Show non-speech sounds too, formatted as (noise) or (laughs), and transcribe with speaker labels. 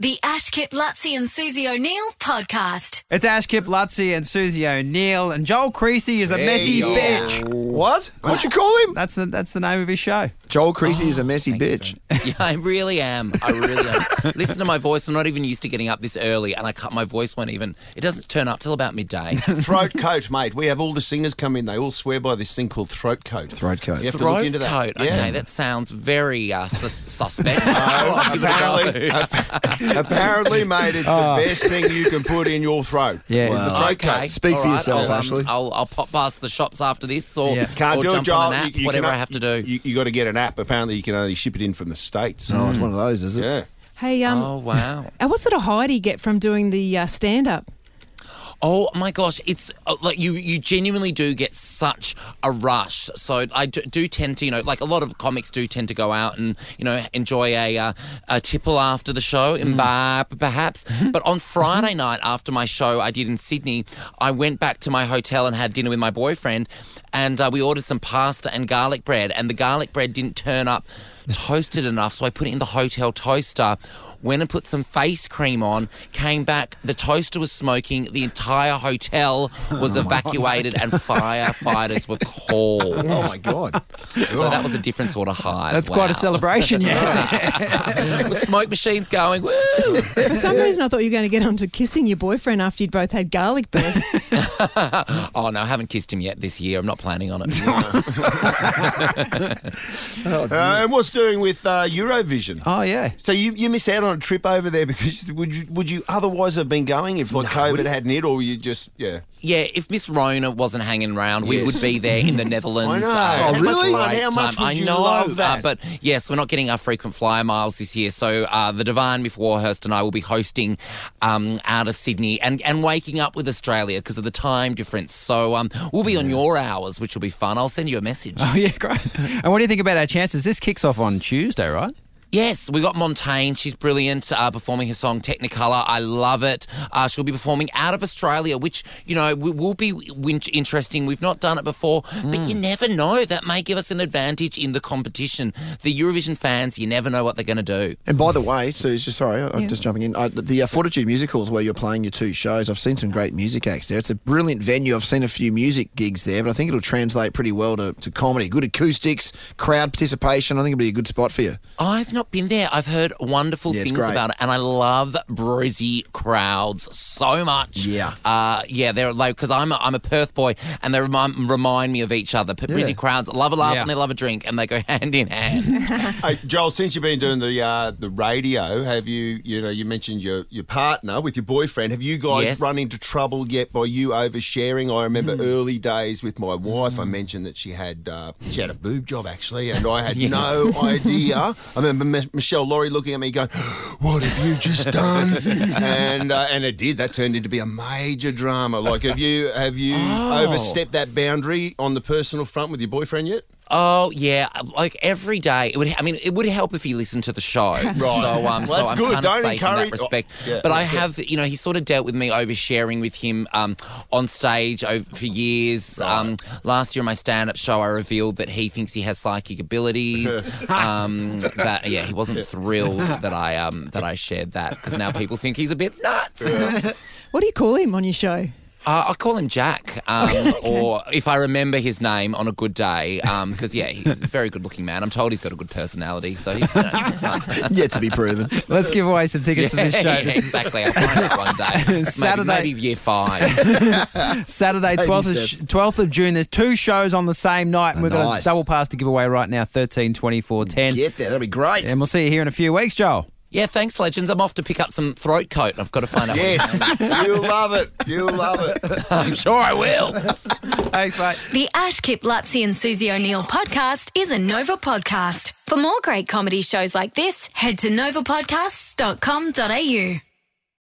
Speaker 1: The Ash Kip Lutzi and Susie O'Neill podcast.
Speaker 2: It's Ash Kip Lutzi and Susie O'Neill and Joel Creasy is a messy
Speaker 3: Hey, yo.
Speaker 2: bitch.
Speaker 3: What? What'd you call him?
Speaker 2: That's the that's the name of his show.
Speaker 3: Joel Creasy is a messy bitch.
Speaker 4: (laughs) Yeah, I really am. I really
Speaker 5: (laughs)
Speaker 4: am. Listen to my voice. I'm not even used to getting up this early, and I cut my voice won't even. It doesn't turn up till about
Speaker 5: (laughs)
Speaker 4: midday.
Speaker 5: Throat coat, mate. We have all the singers come in. They all swear by this thing called throat coat.
Speaker 3: Throat coat.
Speaker 5: You have to
Speaker 4: Throat
Speaker 5: look into that.
Speaker 4: coat. Okay,
Speaker 5: Yeah.
Speaker 4: that sounds very uh, sus-
Speaker 5: (laughs)
Speaker 4: suspect. (laughs) I'll give it a go.
Speaker 5: apparently, ap- apparently, mate, it's
Speaker 3: Ah.
Speaker 5: the best thing you can put in your throat.
Speaker 2: Yeah.
Speaker 5: It's the
Speaker 3: Wow.
Speaker 5: throat
Speaker 4: Okay.
Speaker 5: coat.
Speaker 3: Speak
Speaker 4: all
Speaker 3: for yourself,
Speaker 4: I'll, um,
Speaker 3: Ashley.
Speaker 4: I'll, I'll pop past the shops after this, or,
Speaker 2: Yeah.
Speaker 5: Can't
Speaker 4: or
Speaker 5: do it,
Speaker 4: jump
Speaker 5: Joel.
Speaker 4: on an app,
Speaker 5: You- you
Speaker 4: whatever
Speaker 5: cannot-
Speaker 4: I have to do.
Speaker 5: You, you got to get an app. Apparently, you can only ship it in from the states. Mm.
Speaker 3: Oh, it's one of those, is it?
Speaker 5: Yeah. Uh,
Speaker 6: Hey, um,
Speaker 4: oh wow.
Speaker 6: and what sort of high do you get from doing the uh, stand up?
Speaker 4: Oh my gosh, it's uh, like you you genuinely do get such a rush. So I do, do tend to, you know, like a lot of comics do tend to go out and, you know, enjoy a uh, a tipple after the show in bar p- perhaps. But on Friday night after my show I did in Sydney, I went back to my hotel and had dinner with my boyfriend and uh, we ordered some pasta and garlic bread and the garlic bread didn't turn up toasted enough, so I put it in the hotel toaster. Went and put some face cream on, came back, the toaster was smoking, the entire hotel was
Speaker 2: Oh
Speaker 4: evacuated, and firefighters were
Speaker 2: (laughs)
Speaker 4: called.
Speaker 3: Oh my
Speaker 4: (laughs)
Speaker 3: god.
Speaker 4: So that was a different sort of high.
Speaker 2: That's quite a celebration,
Speaker 3: (laughs)
Speaker 2: yeah.
Speaker 4: celebration. With (laughs) smoke machines going, woo!
Speaker 6: For
Speaker 4: (laughs)
Speaker 6: some reason, I thought you were going to get onto kissing your boyfriend after you'd both had garlic bread.
Speaker 4: (laughs) Oh no, I haven't kissed him yet this year. I'm not planning on it.
Speaker 2: (laughs)
Speaker 5: Uh, and what's doing with uh, Eurovision?
Speaker 2: (laughs) oh yeah.
Speaker 5: So you, you miss out on a trip over there because would you would you otherwise have been going if like COVID hadn't hit or you just yeah
Speaker 4: Yeah, if Miss Rona wasn't hanging around, we
Speaker 5: Yes.
Speaker 4: would be there in the Netherlands.
Speaker 5: (laughs) I know.
Speaker 4: uh,
Speaker 5: Oh,
Speaker 4: having a
Speaker 5: really?
Speaker 4: great
Speaker 5: How much
Speaker 4: time.
Speaker 5: would you
Speaker 4: I know,
Speaker 5: love that?
Speaker 4: Uh, but yes, we're not getting our frequent flyer miles this year. So uh, the Divine with Warhurst and I will be hosting um, out of Sydney and, and waking up with Australia because of the time difference. So um, we'll be on your hours, which will be fun. I'll send you a message.
Speaker 2: Oh yeah, great. And what do you think about our chances? This kicks off on Tuesday, right?
Speaker 4: Yes, we got Montaigne. She's brilliant, uh, performing her song Technicolor. I love it. Uh, she'll be performing out of Australia, which, you know, w- will be win- interesting. We've not done it before, but
Speaker 3: Mm.
Speaker 4: you never know. That may give us an advantage in the competition. The Eurovision fans, you never know what they're going to do.
Speaker 3: And by the way, Suze, just sorry, I- I'm
Speaker 6: Yeah.
Speaker 3: just jumping in. I, the uh, Fortitude Musicals, where you're playing your two shows, I've seen some great music acts there. It's a brilliant venue. I've seen a few music gigs there, but I think it'll translate pretty well to, to comedy. Good acoustics, crowd participation. I think it'll be a good spot for you. (laughs)
Speaker 4: I've not been there. I've heard wonderful
Speaker 3: Yeah, it's
Speaker 4: things
Speaker 3: great.
Speaker 4: about it, and I love breezy crowds so much.
Speaker 3: Yeah.
Speaker 4: uh, yeah, they're like because I'm a, I'm a Perth boy, and they remind, remind me of each other. But Breezy crowds love a laugh
Speaker 2: Yeah.
Speaker 4: and they love a drink, and they go hand in hand.
Speaker 5: Hey, Joel, since you've been doing the uh, the radio, have you you know you mentioned your your partner with your boyfriend? Have you guys
Speaker 4: Yes.
Speaker 5: run into trouble yet by you oversharing? I remember early days with my wife. I mentioned that she had uh, she had a boob job actually, and I had no idea. I remember M- Michelle Laurie looking at me going, "What have you just done?" and uh, and it did. That turned into be a major drama. Like, have you have you overstepped that boundary on the personal front with your boyfriend yet?
Speaker 4: oh yeah, like every day. It would. I mean, it would help if he listened to the
Speaker 5: (laughs)
Speaker 4: show. Right. So um,
Speaker 5: Well,
Speaker 4: so
Speaker 5: that's
Speaker 4: I'm
Speaker 5: good.
Speaker 4: kind of
Speaker 5: Don't
Speaker 4: safe in that
Speaker 5: encourage- Oh,
Speaker 4: respect.
Speaker 5: Yeah,
Speaker 4: but I
Speaker 5: that's good.
Speaker 4: have, you know, he sort of dealt with me oversharing with him um, on stage over, for years. Um, last year on my stand-up show, I revealed that he thinks he has psychic
Speaker 5: (laughs)
Speaker 4: abilities. um, that yeah, he wasn't thrilled that I um, that I shared that because now people think he's a bit nuts.
Speaker 6: what do you call him on your show?
Speaker 4: Uh, I call him Jack, um, or if I remember his name on a good day, because yeah, he's a very good-looking man. I'm told he's got a good personality, so he's, you know, he's fun.
Speaker 3: Yet to be proven.
Speaker 2: Let's give away some tickets to this show.
Speaker 4: Yeah, (laughs) exactly. I'll find out one day. Maybe-
Speaker 2: Saturday.
Speaker 4: maybe, year five.
Speaker 2: Saturday,
Speaker 3: Baby
Speaker 2: twelfth
Speaker 3: steps.
Speaker 2: of twelfth of June. There's two shows on the same night. and We've got a
Speaker 3: Nice.
Speaker 2: double pass to give away right now. 13, 24, 10.
Speaker 3: Get there. That'd be great.
Speaker 2: And we'll see you here in a few weeks, Joel.
Speaker 4: Yeah, thanks, legends. I'm off to pick up some throat coat. I've got to find out. what (laughs)
Speaker 5: Yes, (laughs) you'll love it. You'll love it.
Speaker 4: I'm sure I will. (laughs)
Speaker 2: Thanks, mate.
Speaker 1: The Ash Kip Lutzi and Susie O'Neill podcast is a Nova podcast. For more great comedy shows like this, head to novapodcasts.com.au.